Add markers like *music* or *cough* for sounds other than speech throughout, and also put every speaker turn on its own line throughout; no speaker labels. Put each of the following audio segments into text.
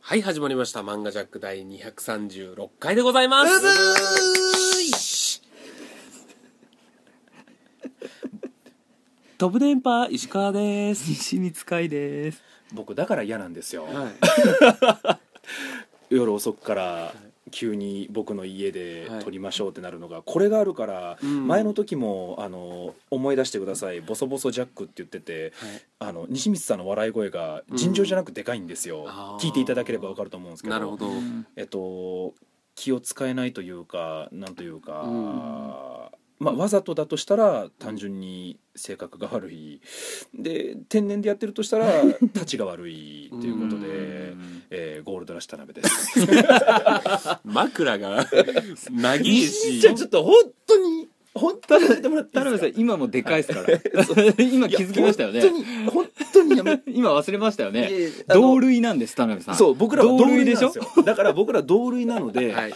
はい、始まりました。漫画ジャック第236回でございます。飛ぶ電波、石川です。
西光いです。
僕だから嫌なんですよ、
はい。
夜遅くから急に僕の家で
はい
撮りましょうってなるのがこれがあるから
ん
前の時もあの思い出してください「ボソボソジャック」って言っててあの西光さんの笑い声が尋常じゃなくでかいんですよ
んあー
聞いていただければ分かると思うんですけど
なるほど。
えっと気を使えないというかなんというか、
うん
まあ、わざとだとしたら単純に性格が悪いで天然でやってるとしたらたちが悪いということで、えーゴールドラッシュ田辺です
枕
*laughs*
が、長いし。
じゃあちょっと本当に本当にやめてもらって
田
いいで
辺
すか
さん今もでかいですから。 *laughs* 今気づきましたよね
いや。本当に本当に
*laughs*
やめて
今忘れましたよね。
いやあの
同類なんです田辺さん。
そう僕らは
同類でし
な
ょ
ん。すよだから僕ら同類なの
*laughs*
で、
はい。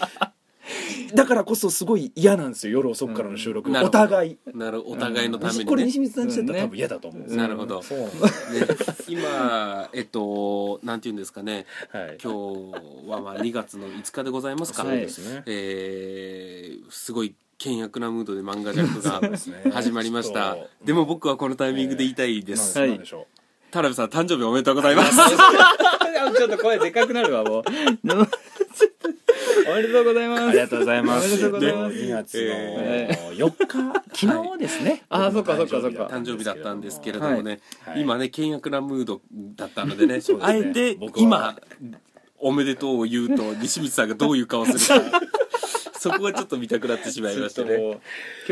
だからこそすごい嫌なんですよ夜遅くからの収録、
うんなる
お
ほど
互い
なる、お互いのために
これ
ね。
西光さんちだったら多分嫌だと思うんですよ
なるほど。ね
そうなんですよ
今、えっと、なんて言うんですかね。
はい
今日はまあ2月の5日でございますか。
そうです
ね
えーすごい険悪なムードで漫画ジャック
そうですね
が始まりました、
ちょっと
でも僕はこのタイミングで言いたいで、
ですす。
はい
なんでしょ。
田辺さん誕生日おめでとうございます
*laughs* ちょっと声でかくなるわもう。 *laughs* おめでとうございうま
ありがとうございま
おめ
す。
でとうございます
2月
え
の4日、昨日ですね。
*laughs* あーそっかそっかそっか
誕生日だったんですけれ
ど
どもね、
はい
今ね険悪なムードだったのでね
そうです
あ
ね
えて
僕は
今おめでとうを言うと西光さんがどういう顔する
*laughs*
かそこがちょっと見たくなってしまいまし
ちょ
た
っとも
ね
う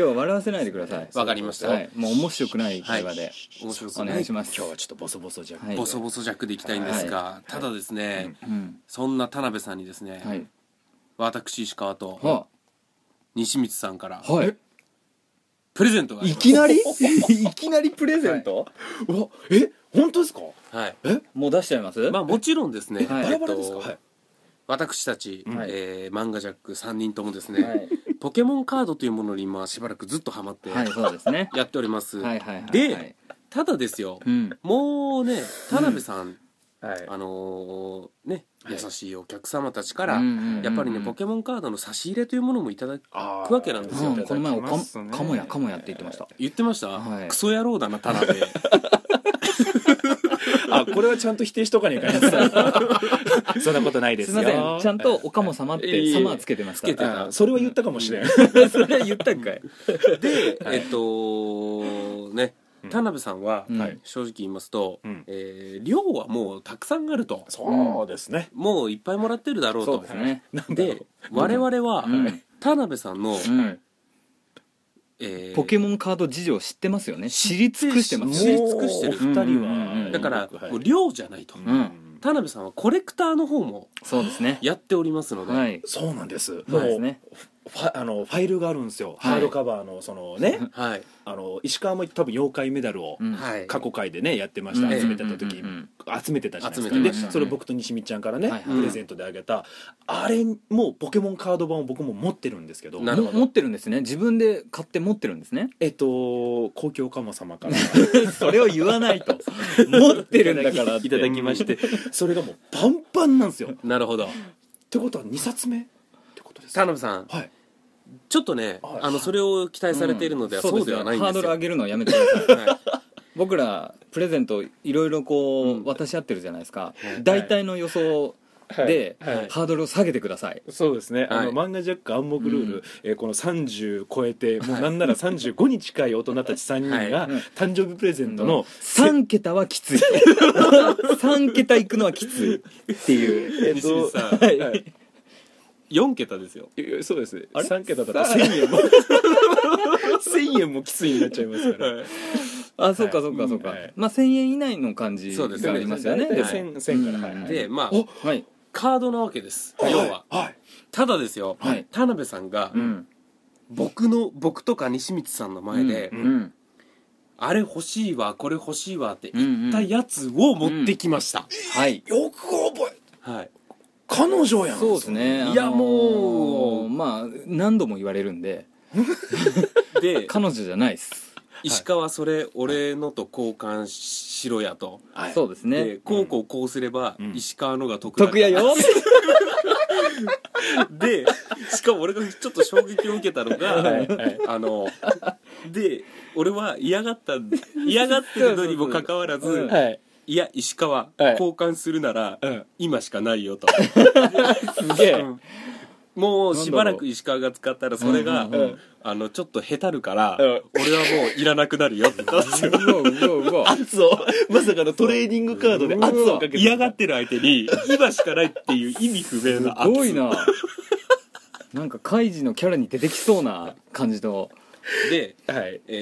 今日笑わせないでください。
わかりました、
はい。もう面白くない会話で
面白そ
お
う
願い
ね
します。
今日はちょっとボソボソじゃ
はい
ボソボソ弱でいきたいんですが、ただですね、
うん。
そんな田辺さんにですね、
はい。
私石川と
は
西光さんから
あはい。
プレゼントがあり
い
ま
き *laughs* なりいきなりプレゼント？
うわ、え、本当ですか
す、はい
もう出しちゃいます？
まあもちろんですね、
はい
バ
え
ラ
っ
バラですか
と
はい。
私たち、
はい
えー漫画ジャック3人ともですね、
はい。
ポケモンカードというものに今しばらくずっとハマって
はい、そうですね。
やっております、
はいはいはい。
で
はい、
ただですよ、
うん。
もうね田辺さん、
はい
あのーね優しいお客様たちから、
うんうんうん
やっぱりねポケモンカードの差し入れというものもいただ
あー
くわけなんですよ、
うんこの前も
いただきますね
かもやかもやって言ってました。
言ってました、
はい
クソ野郎だな田辺
あ、これはちゃんと否定しとかねえかい *laughs* そんなことないですす
い
よ。
ません、ちゃんとおかも様っ
いえい
て
え
様はつけてますか
つけて
ら。
あそれは言ったかもしれん。
*laughs* それ言ったんかい。
で、
はい
えっとね
うん
田辺さんは、
うん
はい
正直言いますと、
うん
えー量はもうたくさんあると
そうですね。
もういっぱいもらってるだろう
そう
と
ですね。
で我々は、
うん
田辺さんの、
うん
えー
ポケモンカード事情知ってますよね。知り尽くしてます
知り
ね。
尽くしてる
お二人
うんうんう
は。
ん
だから、
はい
もう量じゃないと、
ん
うん
田辺さんはコレクターの方も
そうですね。
やっておりますので、
はい。
そうなんです。
そうです
もう
ね。
ファあのファイルがあるんですよ、
はい
ハードカバーのその
*laughs*
ね
はい
あの石川も多分妖怪メダルを
うん
はい
過去回でねやってました、
うん
集めてた時、
うんうん
集めてたじゃないで
集
すか
めて
で
ました
ね
それ僕と西見ちゃんからね、
はいはい
プレゼントであげたあれもポケモンカード版を僕も持ってるんですけど
なるほ
も
ど
持ってるんですね。自分で買って持ってるんですね。
えっと公共かも様
*laughs*
から
それを言わないと。持ってるんだからって。
いただきましてそれがもうパンパンなんですよっ
なるほど
てことは2冊目ってことです
田
か
辺さん
はい
ちょっとね、
はい
あのそれを期待されているのでは、そうではないん
ハ
です
ードル
よ、
上げるのやめてください。
はい
僕らプレゼントいろいろこ
うん
う渡し合ってるじゃないですか、
い
大体の予想で
はいはい
ハードルを下げてください、
そうですね、あ
はい
の漫画ジャック暗黙ルール、
うん
えーこの30超えてもうなんなら35に近い大人たち3人
はい
が誕生日プレゼントの、
3桁はきつい3桁いくのはきついっていう
えっ
西光
と
さん
はいはい
4桁ですよ
いやいやそうですね
あれ
3桁だと1000円も1000円もきついになっちゃいますから
あそうかそうかそうか、
はい
まあ1000円以内の感じ
そうですね
がありますよね
大体
はい
1000 1000からはいはい
でまあ
お
はい
カードなわけです要は、
はい
ただですよ、
はい
田辺さんが、
うん
僕の僕とか西光さんの前で、
うんうん
あれ欲しいわこれ欲しいわって言ったやつを持ってきました、
はい
よく覚え
はい
彼女やん
そうですね、
いや
あのー
もう
まあ何度も言われるんで
で
*laughs* 彼女じゃないっす
石川それ俺のと交換しろやと、
はい
そうです
で
ね
こうこうこうすれば
うん
石川のが得だ
得やよ
*laughs* でしかも俺がちょっと衝撃を受けたのが、
*laughs* はい
はい
あので俺は嫌がったん嫌がってるのにもかかわらず「
そうそうそううん
はい
いや石川、
はい
交換するなら、
うん
今しかない
*laughs*
よ」と。
すげえ
うんもうしばらく石川が使ったらそれが、
うん
うんうん
あのちょっとへたるから、
うん
俺はもういらなくなるよって言ったんですよ
うわうわう
*laughs*
わ
圧をまさかのトレーニングカードで圧をかけて
嫌がってる相手に今しかないっていう意味不明
す
な
ごいななんかカイジのキャラに出てきそうな感じの
で、
はい
え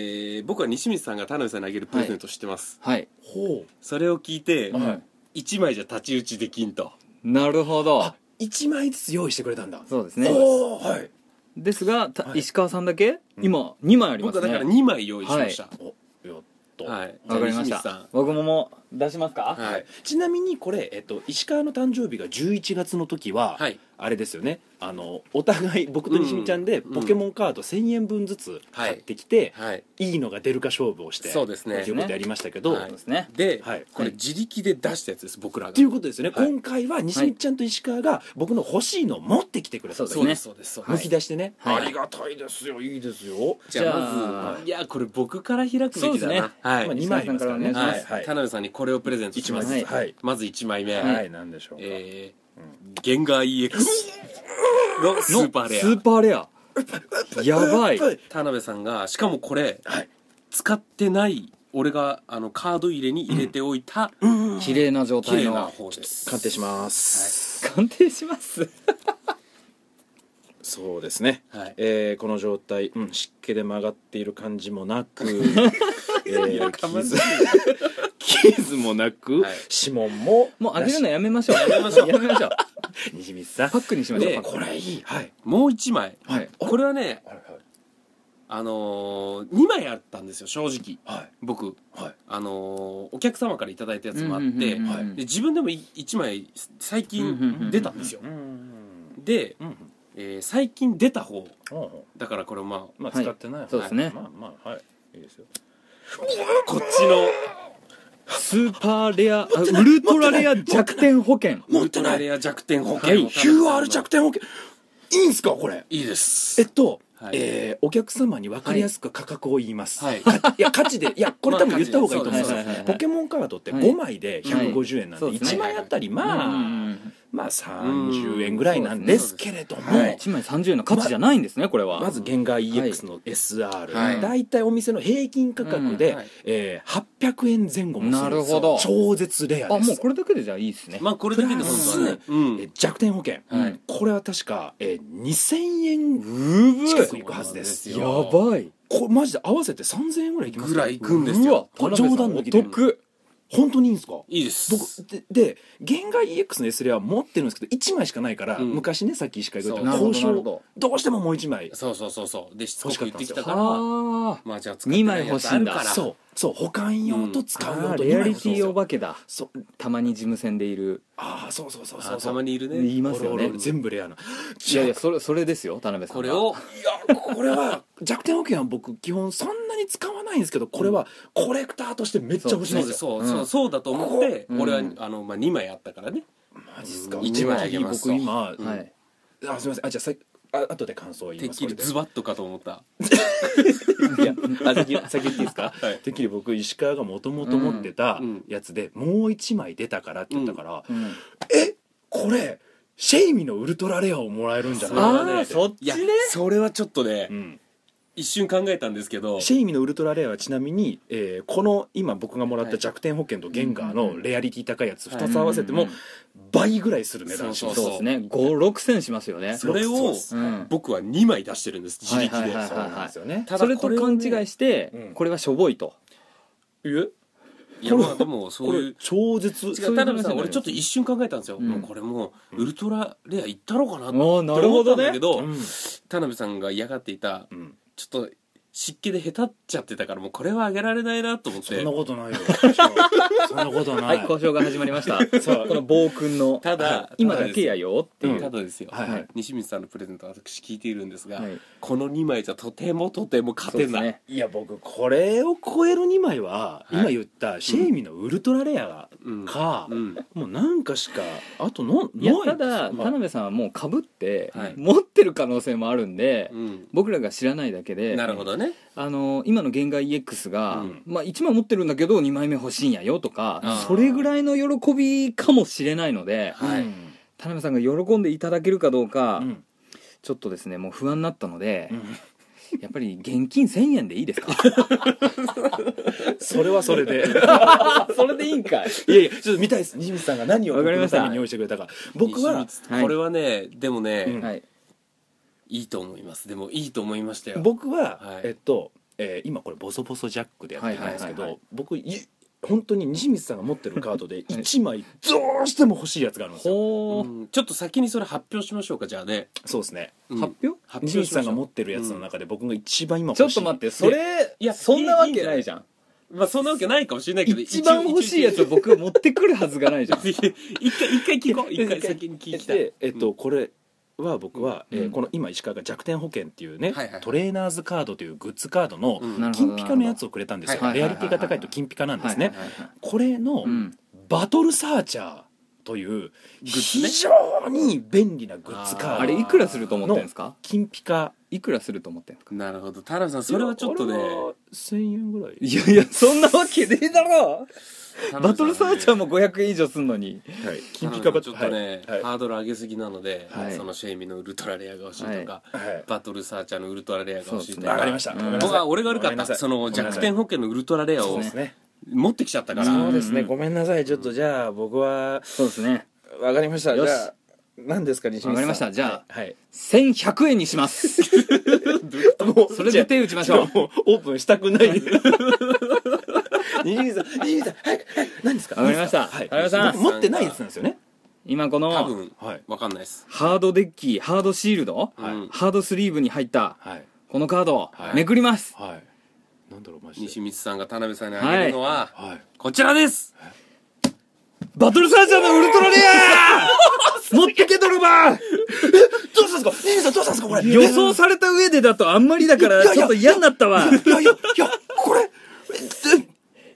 ー僕は西光さんが田辺さんにあげるプレゼントを知ってます、
はい、
ほう
それを聞いて、
うん
はい、
一枚じゃ太刀打ちできんと
なるほど
一枚ずつ用意してくれたんだ
そうです
ね
ね
おーはい
ですが、た
はい
石川さんだけ、
うん
今2枚ありま
僕は
す
だ
ね
から2枚用意しました
およっと
はい、
わかりまし
じゃあ西光さん
た僕ももう出しますか、
はい
はいちなみにこれ、えっと、石川の誕生日が11月の時は、
はい
あれですよねあのお互い僕と西見ちゃんで
うん
ポケモンカード1000円分ずつ買ってきて、
はい
い、いのが出るか勝負をして
そうですね
ということやりましたけど、
は
そう
い
ですね
で、
はい
これ自力で出したやつです僕らが
ということですよね、
はい
今回は西見ちゃんと石川が僕の欲しいのを持ってきてくれたんです
そうですそうですそうです、
むき出してね、
はい
ありがたいですよいいですよ
じゃあ
じゃあ
まずいやこれ僕から開くべ
そ
き
うです
だな、
ね
はい、
まあ
はい
二枚ありますからね
西見さんからお願いし
はい
田辺さんにこれをプレゼントします
一枚ずつ
はい
まず1枚目、
はい、なんでしょうか、
えー、ゲンガー EX のス
の
ーパーレ
スー
ア
パ
*laughs*
ーレアやばい
はい
田辺さんがしかもこれ
はい
使ってない俺があのカード入れに入れておいた
綺麗な状
綺
態
麗な
の
方です、
鑑定します、
鑑定します
そうですね
はい、
えーこの状態、うん湿気で曲がっている感じもな
*laughs*
く、えー傷傷 *laughs* もなく、
はい
指紋も
もうあげるの
よ
やめましょうやめましょうやめましょう
西光さん
パックにしましょう
で
パック
これいいはい
もう1枚
はい
これはね
はい
あのー、2枚あったんですよ正直
はい
僕
はい
あのーお客様からいただいたやつもあって、
うんうんうんうん
はい
で自分でも1枚最
うんうんう
近
んうん
出たんですよ、
うん
で、
うん
えー最近出た方
うん
だからこれまあ
まあ
はい
使ってない、
そうですね
まあまあはいいいですよ
こっちの
スーパーレアあウルトラレア弱点保険
ウルトラレア弱点保
は
険
い
を田辺さんの
QR 弱点 OK いいんすかこれ
いいで
え
す
っと、
はい
えーお客様に分かりやすく価格を言います、
はい
いや価値でいやこれ多分
まあ
言った方がいいと思うんです
そうです
よ、
はいはいはい
ポケモンカードって
はい
5枚で150円なんで、
はい
1枚あたりまあ、
うんうんうん
まあ30円ぐらいなんですけれども、
はい1枚30円の価値じゃないんですねこれは
まずゲンガー EX の SR、
はい
大体お店の平均価格で、
うんはい
えー800円前後もするんですよ
なるほど
超絶レア
あ
です
もうこれだけでじゃあいいですね
まあこれだけで本当はね、う
えー
ん、
弱点保険、
はい
これは確か、えー2000円
うぶ
近くいくはずです
そう
や
なんですよ
ばい
これマジで合わせて3000円ぐらいいきます
ぐらいいくんですよ
うわ
冗談抜きで
お得
本当にいいんですか
いいです
僕でで現外 EX の S レアは持ってるんですけど1枚しかないから、
うん
昔ねさっき石川が言っ
そ
た
う
交
なるほどなるほ
渉
ど
どうしてももう1枚
そうそうそうそうでしつこく言ってきたから
は
まあじゃあ使ってないやつあるか
あ
ら
ら
そうそう保管用と使う
あ
用
ー
と
レア
今
リ
の
ティお化けだ
そう
たまに事務船でいる
ああそうそうそうそ
あ
う
た
そう
まにいるね
言いますよ
俺
ね
俺全部レアない
やいやそれそれですよ田辺さん
こ
は
れを
いやこれは弱点保険は僕基本そんなに使わないんですけどこれはコレクターとしてめっちゃ欲しい
そ
ん
う
で
です
す
そう、
よ
うん
そうそうだと思って、
うん
俺はあの、まあ、2枚あったからね
マジっすか
一枚あげます
僕今あ
はい
すいませんあじゃあさあ後で感想を言
て
い
っ
ます
きり
これで
ズバッとかと思った
いやあ先 *laughs* 先言っていいですか、
はい
てっきり僕石川がもともと持ってた
うんうん
やつで、もう1枚出たからって言ったから、
うん
えこれシェイミのウルトラレアをもらえるんじゃ
そ
な
れ
い
は
か
ね
なっ
あー
て
そっち
いや
ね
それはちょっとね、
うん
一瞬考えたんですけど
シェイミのウルトラレアはちなみに、えーこの今僕がもらった弱点保険とゲンガーのレアリティ高いやつ2つ合わせて
う
も
ん
倍ぐらいする値段します
そうですね56000しますよね
それ
そう
を
です
うん
僕は2枚出してるんです自力で、
はいはいはい
そうなんですよね
ただ
それと
こを
勘
ね
違いして
うん
これはしょぼいと
え
いやまあでもそ
こ
ういう
れ超絶
違
そうういう
田
話
辺
にな
さん
ります
俺ちょっと一瞬考えたんですよ、
うん
もうこれもうウルトラレアいったろうかなって
ああなる
思
ほ
ったん
ど
だ
ね
けど
うん
田辺さんが嫌がっていた
うん
ちょっと湿気でへたっちゃってたからもうこれはあげられないなと思っ
そ
て
んなことないよそんなことな、
はいい交渉が始まりま
*laughs*
した
そう
この暴君の
ただ
はい今だけやよっていう、
ただですよ、
はいはい
西光さんのプレゼントは私聞いているんですが、
はい
この2枚じゃとてもとても勝てない、
いや僕これを超える2枚
は
は、
い
今言ったシェイミのウルトラレア
うん
か、
うん、
もうなんかしかあとの
いや
ない
ただ
ま
田辺さんはもうかぶって、
はい
持ってる可能性もあるんで、
うん
僕らが知らないだけで
なるほどね
あの今の「限界 EX が」
うん
まあ、1枚持ってるんだけど2枚目欲しいんやよと
あ
か
ー
それぐらいの喜びかもしれないので
あ
はい
うん
田辺さんが喜んでいただけるかどうか、
うん
ちょっとですねもう不安になったので
う、ん
やっぱり現金1000円でいいですか
それはそれで
*laughs* それでいいんかい
いやいやちょっと見たいです西光さんが何を
わかりました
僕のために用意してくれたか僕は
西
は
光
い
これはねでもね、
うん
はい
いいと思いますでもいいと思いましたよ
僕は、
はい
えっと、えー今これボソボソジャックでやってるんですけど、
はいはいはいはい
僕い本当に西光さんが持ってるカードで1枚どうしても欲しいやつがあるんですよ
ほ
う
ー
んちょっと先にそれ発表しましょうかじゃあね、
そうですね
うん
発表
発
西光さんが持
も
ってるやつの中で僕が一番今欲し
ち
い
ょっと待ってそれ
いや
そんなわけないじゃん
まあそんなわけないかもしれないけど
一番欲しいやつを僕持ってくるはずが *laughs* ないじゃん
一回一回聞こう一回先に聞きたい
で、えっと、これは僕は、
うん
えーこの今石川が弱点保険っていうね、
はいはいはい
トレーナーズカードというグッズカードの
うん
なるほど
金ピカのやつをくれたんですよ、
はいはい
レ
は
ア
いは
リ
い
ティが高いと金ピカなんですね、
はいはいはい
これの、
うん
バトルサーチャーという
ズね
非常に便利なグッズ
あ
カー
ー
ド
あれいくらすると思ってるんですか
金ピカ
いくらすると思ってるんですか
なるほど田辺さんそれはちょっとね
いやこれは1000円ぐらい
いやいやそんなわけねえだろ
田辺さんはね
バトルサーチャーも500円以上すんのに
はい金ピカバ
ち
ト
ょ
ル
っとね、
はいは
ハードル上げすぎなので、
はい
そのシェイミのウルトラレアが欲しいとか、
いはい
バトルサーチャーのウルトラレアが欲しいと
そうですね
か、
わかりました
うん
ごめんなさい
僕は俺が悪か
ごめ
っ
んなさ
た
い
その弱点保険のウルトラレア
そう
を
ですね
持ってきちゃったから、
そうですね
うん
ごめんなさいちょっとじゃあ僕は
そうですね
わかりましたじ
よし
ゃあ何ですか西
わ
村
か
さん
りましたじゃ
はい
1100円にします
もう
それで手打ちましょう
もうオープンしたく
*laughs*
ない西口さん西口さん早く早く何ですか
わかりました
何です
田辺
か
さ
は
ん
い僕持ってないやつなんですよね
今こ
多
の
分
はい
わかんないです、
ハードデッキハードシールド
はい
うん
ハードスリーブに入った
はい
このカードを
はい
めくります
はいなんだろうマジで
西光さんが田辺さんにあげるのは、
はい
こちらです
バトルサーチャーのウルトラレア持ってけとるば
どうしたんですか西口さんどうしたんですかこれ
予想された上でだとあんまりだか
い
ら
やいや
ちょっと嫌になったわ
いやいやいやこれえ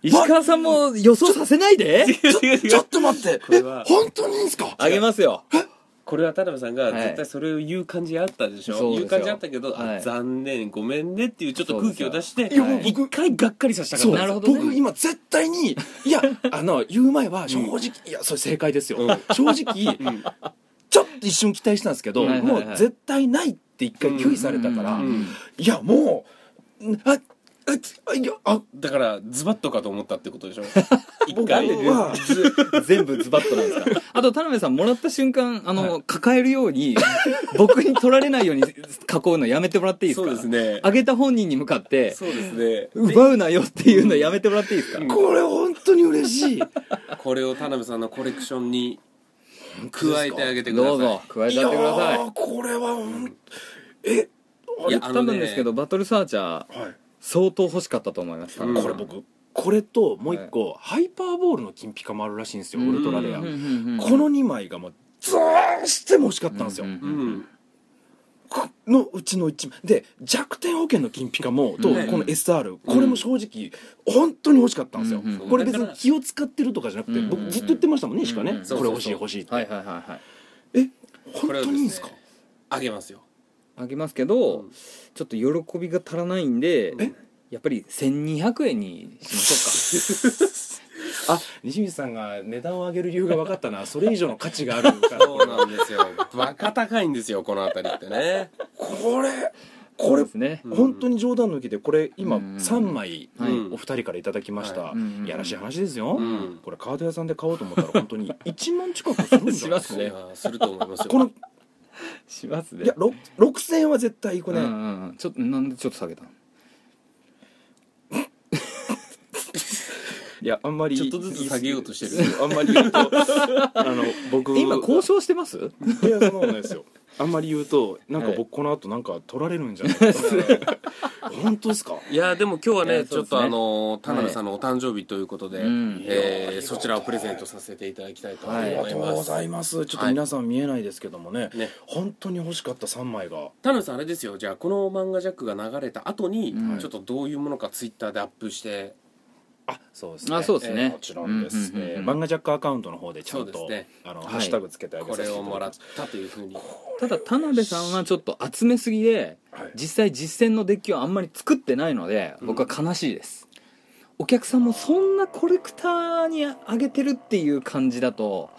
石川さんも予想させないで
ちょっと待ってえ本当にいいんですか
あげますよ
これは田辺さんが
はい
絶対それを言う感じあったでしょ、
そう
言
ですよ
う感じあったけど、あ
はい
残念ごめんねっていうちょっと空気を出して
そうですよいやもう
一回がっかりさせたか
そ
っ
う
た
なるほどね
僕今絶対にいやあの言う前は正直、いやそれ正解ですよ、正直、
ん
ちょっと一瞬期待したんですけど、
はいはいはい
もう絶対ないって一回拒否されたから、
うん
うん
いやもうんあああいやあ
だからズバッとかと思ったって
*laughs*
ことでしょ一
僕
回
は
全部ズバッとなんですかあと田辺さんもらった瞬間あの、抱えるように *laughs* 僕に取られないように囲うのやめてもらっていいです
そう
か
ですね
あげた本人に向かって
そうですね
奪うなよっていうのやめてもらっていいですか、
これ本当に嬉しい
これを田辺さんのコレクションに加えてあげてください
どうぞ加えちゃってください
やーこれはほんえ
いや
言ったんですけど、バトルサーチャー
はい
相当欲しかったと思います、
うん
これ僕これともう一個、ハイパーボールの金ピカもあるらしいんですよウルトラレア、
うん
この2枚がもうどうしても欲しかったんですよ、
うんうん
うん、
このうちの1枚で弱点保険の金ピカもと、
うん
この SR、これも正直本当に欲しかったんですよ、
うんうん
これ別に気を使ってるとかじゃなくて、
うん
僕ずっと言ってましたもんね、石川ね、
うん
そう
こ
そうそう
れ欲しい欲しいって、
はいはいはいはい
え
こ
本
れを
当
で
にいいんですす
ね
か
あげますよ
あげますけど、
うん
ちょっと喜びが足らないんで
え
やっぱり1200円にしましょうか
あ西水さんが値段を上げる理由が分かったなそれ以上の価値があるから
そうなんですよバカ高いんですよこの辺りってね
*laughs* これ
そ
こ
う
れ
ですね
うん
本当に冗談抜きでこれ今
うんうん
3枚
はい
うん
お二人からいただきました、
はい
うん
いやらしい話ですよ、
うん
これカード屋さんで買おうと思ったら本
*laughs*
当に1万近くするんじゃないです
します
か
い
ね
やすると思いますよ
この
しますね
いやろ6000円は絶対いくね、
うんうんうんちょっとなんでちょっと下げたの
いやあんまり
ちょっとずつ下げようとしてる
そうあんまり言うとあの僕
今交渉してます
いやそんなことないですよあんまり言うとなんか
はい
僕この後なんか取られるんじゃないかな本当ですか
いやでも今日はね
いや
ち
そう
ょっ
ですね
とあの田辺さんのお誕生日ということで、
うん
えーそちらをプレゼントさせていただきたいと思
はい
あり
い
が
ま
と
す、
うございますちょっと皆さん見えないですけどもね、
ね
本当に欲しかった3枚が
田辺さんあれですよじゃあこの「漫画ジャック」が流れた後に、
うん
ちょっとどういうものかツイッターでアップして
あそうです
ねあそうですね
もちろんです、
うんうんうんう
え
ん
ー漫画ジャックアカウントの方でちゃん
そ
と、
うですね
あの
はい
ハッシュタグつけてあげ
こ
させて
れ
いた
を
だき
もら
ま
っ
す
たというふうに
ただ田辺さんはちょっと集めすぎで
はい
実際実践のデッキをあんまり作ってないので僕は悲しいです、お客さんもそんなコレクターにあげてるっていう感じだと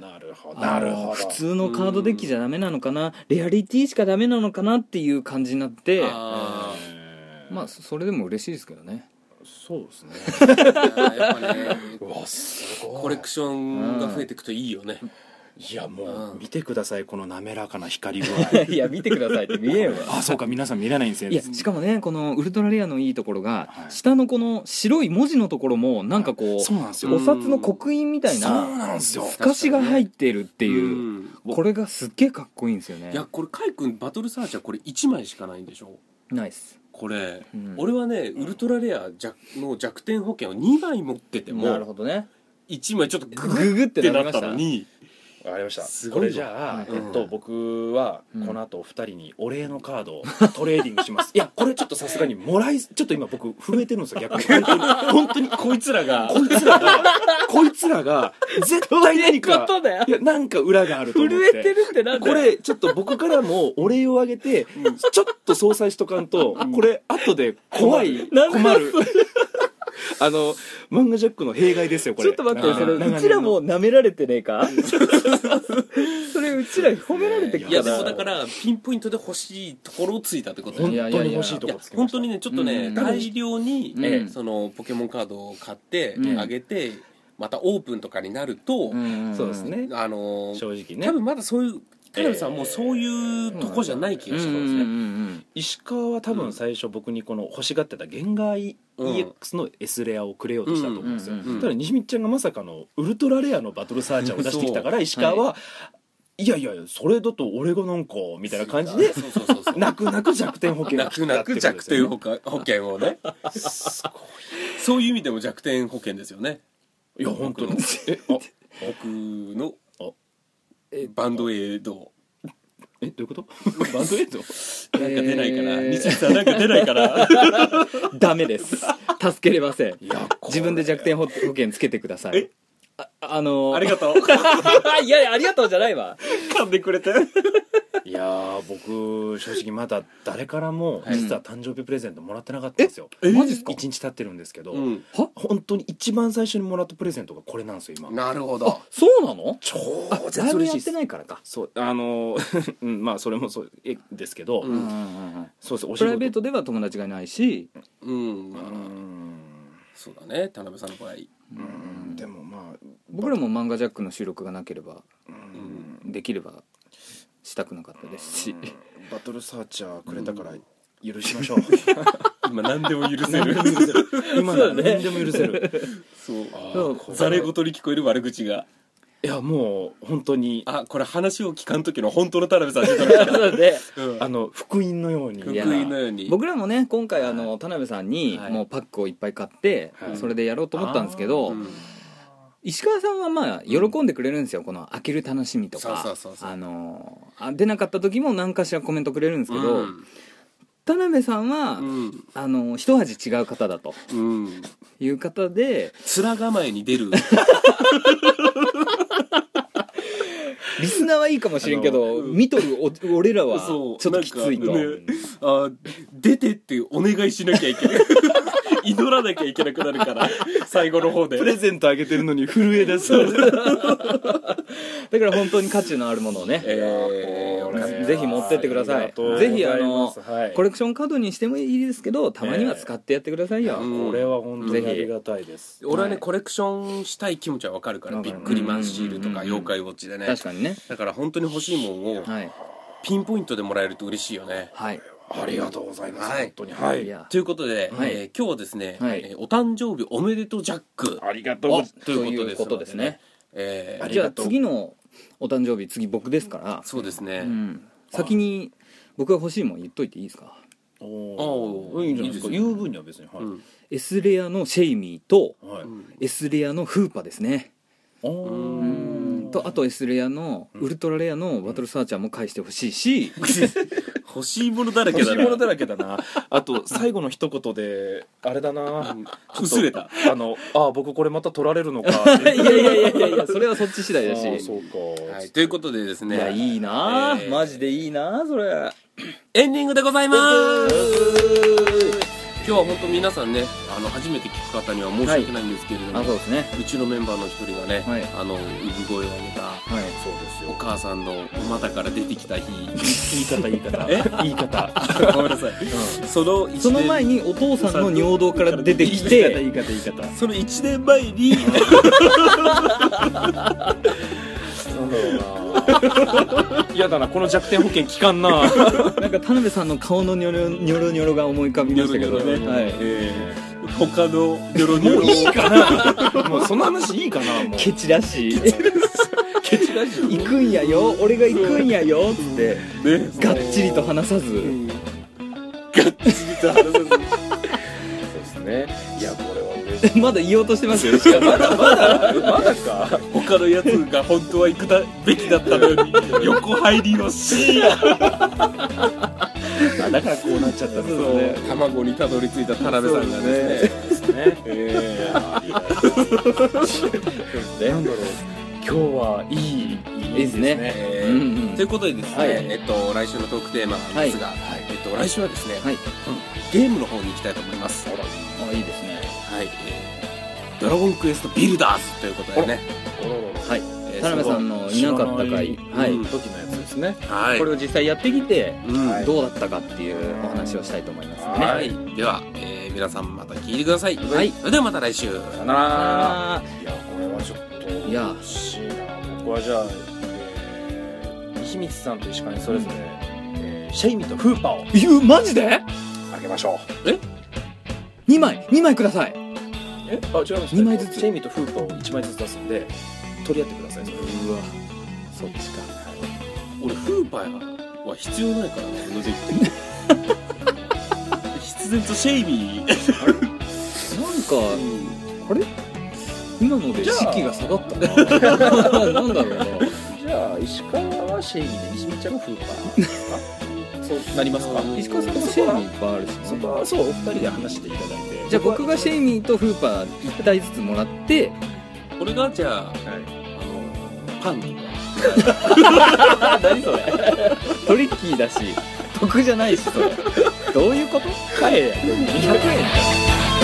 なるほど
あ
なる
の
ほど
普通のカードデッキじゃダメなのかなレアリティしかダメなのかなっていう感じになって
あ
えー
まあそそれでも嬉しいですけどね
そうですね
*laughs*
ーいややっぱ
*laughs*
ね
うわすごい
コレクションが増えていくといいよね、
いやも
う
うん見てくださいこの滑らかな光具合
いや見てくださいって見えよ
あそうか皆さん見れないんですよ
いやしかもねこのウルトラレアのいいところが、
はい
下のこの白い文字のところもなんかこう、
そうなんですよ
お札の刻印みたい
そう
な
なんですよ
透かしが入ってるって
て
いう、これがすっげえかっこいいんですよね
いやこれカイ君バトルサーチャーこれ1枚しかないんでしょ
ナイス
これ、
うん
俺はねウルトラレア弱の弱点保険を2枚持ってて
なる
も
ほどね
1枚ちょっとグ
グ
グ
グっ
ってて
なり
な
ま
っ
した
たのに
わかりました
すご
こ
いわ
れじゃあ、
はい
えっと、僕は
うん
この後お二人にお礼のカードをトレーディングします、いやこれちょっとさすがにもらいちょっと今僕震えてるんですよ逆に本当に本当にこいつらがこいつらがこいつらが絶対何か
だよ
いやなんか裏があると思って
るってな
これちょっと僕からもお礼をあげて、ちょっと相殺しとかんと、これ後で怖い
なんだ
困るあの漫画ジャックの弊害ですよこれ
それ
長年の
舐められてねえか *laughs* それうちら褒められ
い
か
や
ら
でもだからピンポイントで欲しいところをついたってこと
本
ね
いやい
当に欲しいと
いや
こつけま
本
した
当にねちょっとね、
うん
大量に、
うん
えーそのポケモンカードを買って
うん
あげて、またオープンとかになると、
そうですね
あのー
正直ね
多分まだそういう田辺さんはもうそういうとこじゃない気
うん
が
う
し
んう
ますね
ん
石川は多分最初僕にこの欲しがってたゲンガー
うん
EX の S レアをくれようとしたと思うんですよ、
うんうん
うん
ただ西光ちゃんがまさかのウルトラレアのバトルサーチャーを出してきたから石川は、い、やいやいやそれだと俺がなんかみたいな感じで
そうそうそうそう
泣く泣く弱点保険
泣く泣く弱点保険保険をね
すご
そういう意味でも弱点保険ですよね
いいや本当にえあ
僕の
あ
えバンドエイド
えどういうことバンドエイド
なんか出ないから、
えー
西口さんなんか出ないから
ダメです助けれません
いやこれ
自分で弱点保険つけてください
え
ああの
*laughs*
ー
ありがとう
*laughs* いやいやありがとうじゃないわ
噛んでくれて
いやー僕正直まだ誰からも
はい
実は誕生日プレゼントもらってなかったんですよ、
え
マジっすか
一日経ってるんですけど、
うん
本当に一番最初にもらったプレゼントがこれなんですよ今
なるほど
そうなの
超
あ
絶
ライブ
嬉
や
しい
っ
で
て
す
ないからか
そうあのー *laughs* うんまあそれもそうえですけど、
うん
そうですお仕事
プライベートでは友達がいないし
うん、
う
まあ
ん
そうだね田辺さんの場合
うんでもまあ
僕らも「漫画ジャック」の収録がなければ
うん
できればしたくなかったですし
バトルサーチャーくれたから許しましょう、
今何でも許せる
*laughs* 今なら何でも許せる
そう
そう
ざれ言に聞こえる悪口が
いやもう本当にあ
あこれ話を聞かん時の本当の田辺さん出たのかな、
なので
うん、
の福音のように
福
いや
音のように
僕らもね今回あの田辺さんに
はい
もうパックをいっぱい買って
はい
それでやろうと思ったんですけど
うん
石川さんはまあ喜んでくれるんですよこの開ける楽しみと
そう
か
そうそうそう
あのあ出なかった時も何かしらコメントくれるんですけ
う
ど
ん
田辺さんは
うん
あの一味違う方だと
うん
いう方で
面構えに出る
リスナーはいいかもしれんけど
うん
見とるお俺らは
*laughs*
ち
そ
ょ
う
っときついと
なんかねあ出てってお願いしなきゃいけない
*laughs*
祈らなきゃいけなくなるから最後の方で
プレゼントあげてるのに震え出す
だから本当に価値のあるものをね
えー、俺
ぜひ持ってってくださいぜひあのコ
れ
レクションカードにしてもいいですけどたまには使ってやってくださいよ、
うん
これは本当
ぜ
に
ひ
ありがたいです
俺はね、
はい
コレクションしたい気持ちはわかるから
わか
びっ
る
くりマンシールとか
うんうんうんう
妖
ん
怪ウォッチでね
確かにね
だから本当に欲しいもんを
はい
ピンポイントでもらえると嬉しいよね
はい
ありがとうございます、
はい
本当にはい
いや
ということで、
はい
えー今日はですね、
はい
えーお誕生日おめでとうジャック
ありがとうございます
ということです
というこ
え
あ
ー
り
じ
が
ゃ
と
あ
う
次のお誕生日次僕ですから、
そうですね、
うん、先に僕が欲しいもん言っといていいですか
お
あー
ーいいんじゃないですか
いいです
言う分には別にはい、
うん
S レアのシェイミーと
はい、
S レアのフーパですね
あー
うん
とあと S レアのウルトラレアのバトルサーチャーも返してほしいし、
欲しいものだらけ
欲し
だ
い
な
ものだらけだなあと最後の一言であれだな、
うん
ちょっと
薄れた
あのあー僕これまた取られる *laughs* のかあ
いやいやいやいやいやそれ *laughs* はそっち次第だし
ーそうか、
はい、ということでです
い
ね
やいいなあ、
えー
マジでいいなあそれ
エンディングでございます今日は本当皆さんねあの初めて聞く方には申し訳ないんですけれども、
あそうですね
うちのメンバーの一人がね、
はい
あの産声を上げた
はい
そうです
お
よ
母さんの股から出てきた日
言い方言い方言い
*laughs*
方
ごめんなさい、その一年
その前にお父さんの尿道から出てきて
言い方言い方
その1年前に
なんだろうな *laughs* 嫌だなこの弱点保険効かん *laughs* な
なんか田辺さんの顔のニョロニョロニョロが思い浮かびましたけ
ニ
ど
ョロニョロね
はい
えー他のニョロニョロを
もうその話いいかなもう
ケチらしい行くんやよ俺が行くんやよっつって
ね
がっちりと話さ
う
ず
んがっちりと話さず
そうですねいやこれは嬉し
まだ言おうとしてますよまだ
いまだか
他のやつが本当は行くだべきだったのに横入りをし
だからこうなっちゃったんですよね
卵にたどり着いた田辺さんがですねえ
なんだろう今日はいい
いいですね
え
うんうん
ということでですね、
はい
えっと、来週のトークテーマなんですが、えっと、来週はですね、
はい
うんゲームの方に行きたいと思います、はい
*laughs* あいいですね
えードラゴンクエストビルダーズ」ということでね、
はい
えー
田辺さんのいなかった回
知ら
は
う
い
ん
時のやつですね
そのはい
これを実際やってきて
うん
はい
どうだったかっていうお話をしたいと思いますね
はいでは、えー皆さんまた聞いてください、
はい
それではまた来週
さよなら
あ
いやこれはちょっと
いや
欲しいな僕はじゃあ、えー、西光さんと石川にそれぞれ、えーシェイミとフーパーを
ーいうマジで
あげましょう
2枚2枚ください
えあ違います
二枚ずつ
シェイミとフーパーを1枚ずつ出すんで取り合ってくださいそれ
うわそっちか
俺フーパーは必要ないからね俺の時期必然とシェイミー
なんか今ので
じゃあ
士気が下がったななんだろうな
じゃあ石川はシェイミで西光ちゃんがフーパーですかそうなりますか
石川さんもシェイミーいっぱいあるし
そ
ね
こはそうお二人で話していただいて
じゃあ僕がシ
イ
ェイミーとフーパー1体ずつもらって
俺がじゃあ
ミはい
あのパンとか
あ何それトリッキーだし得じゃないしそれどういうこと
帰れ
100円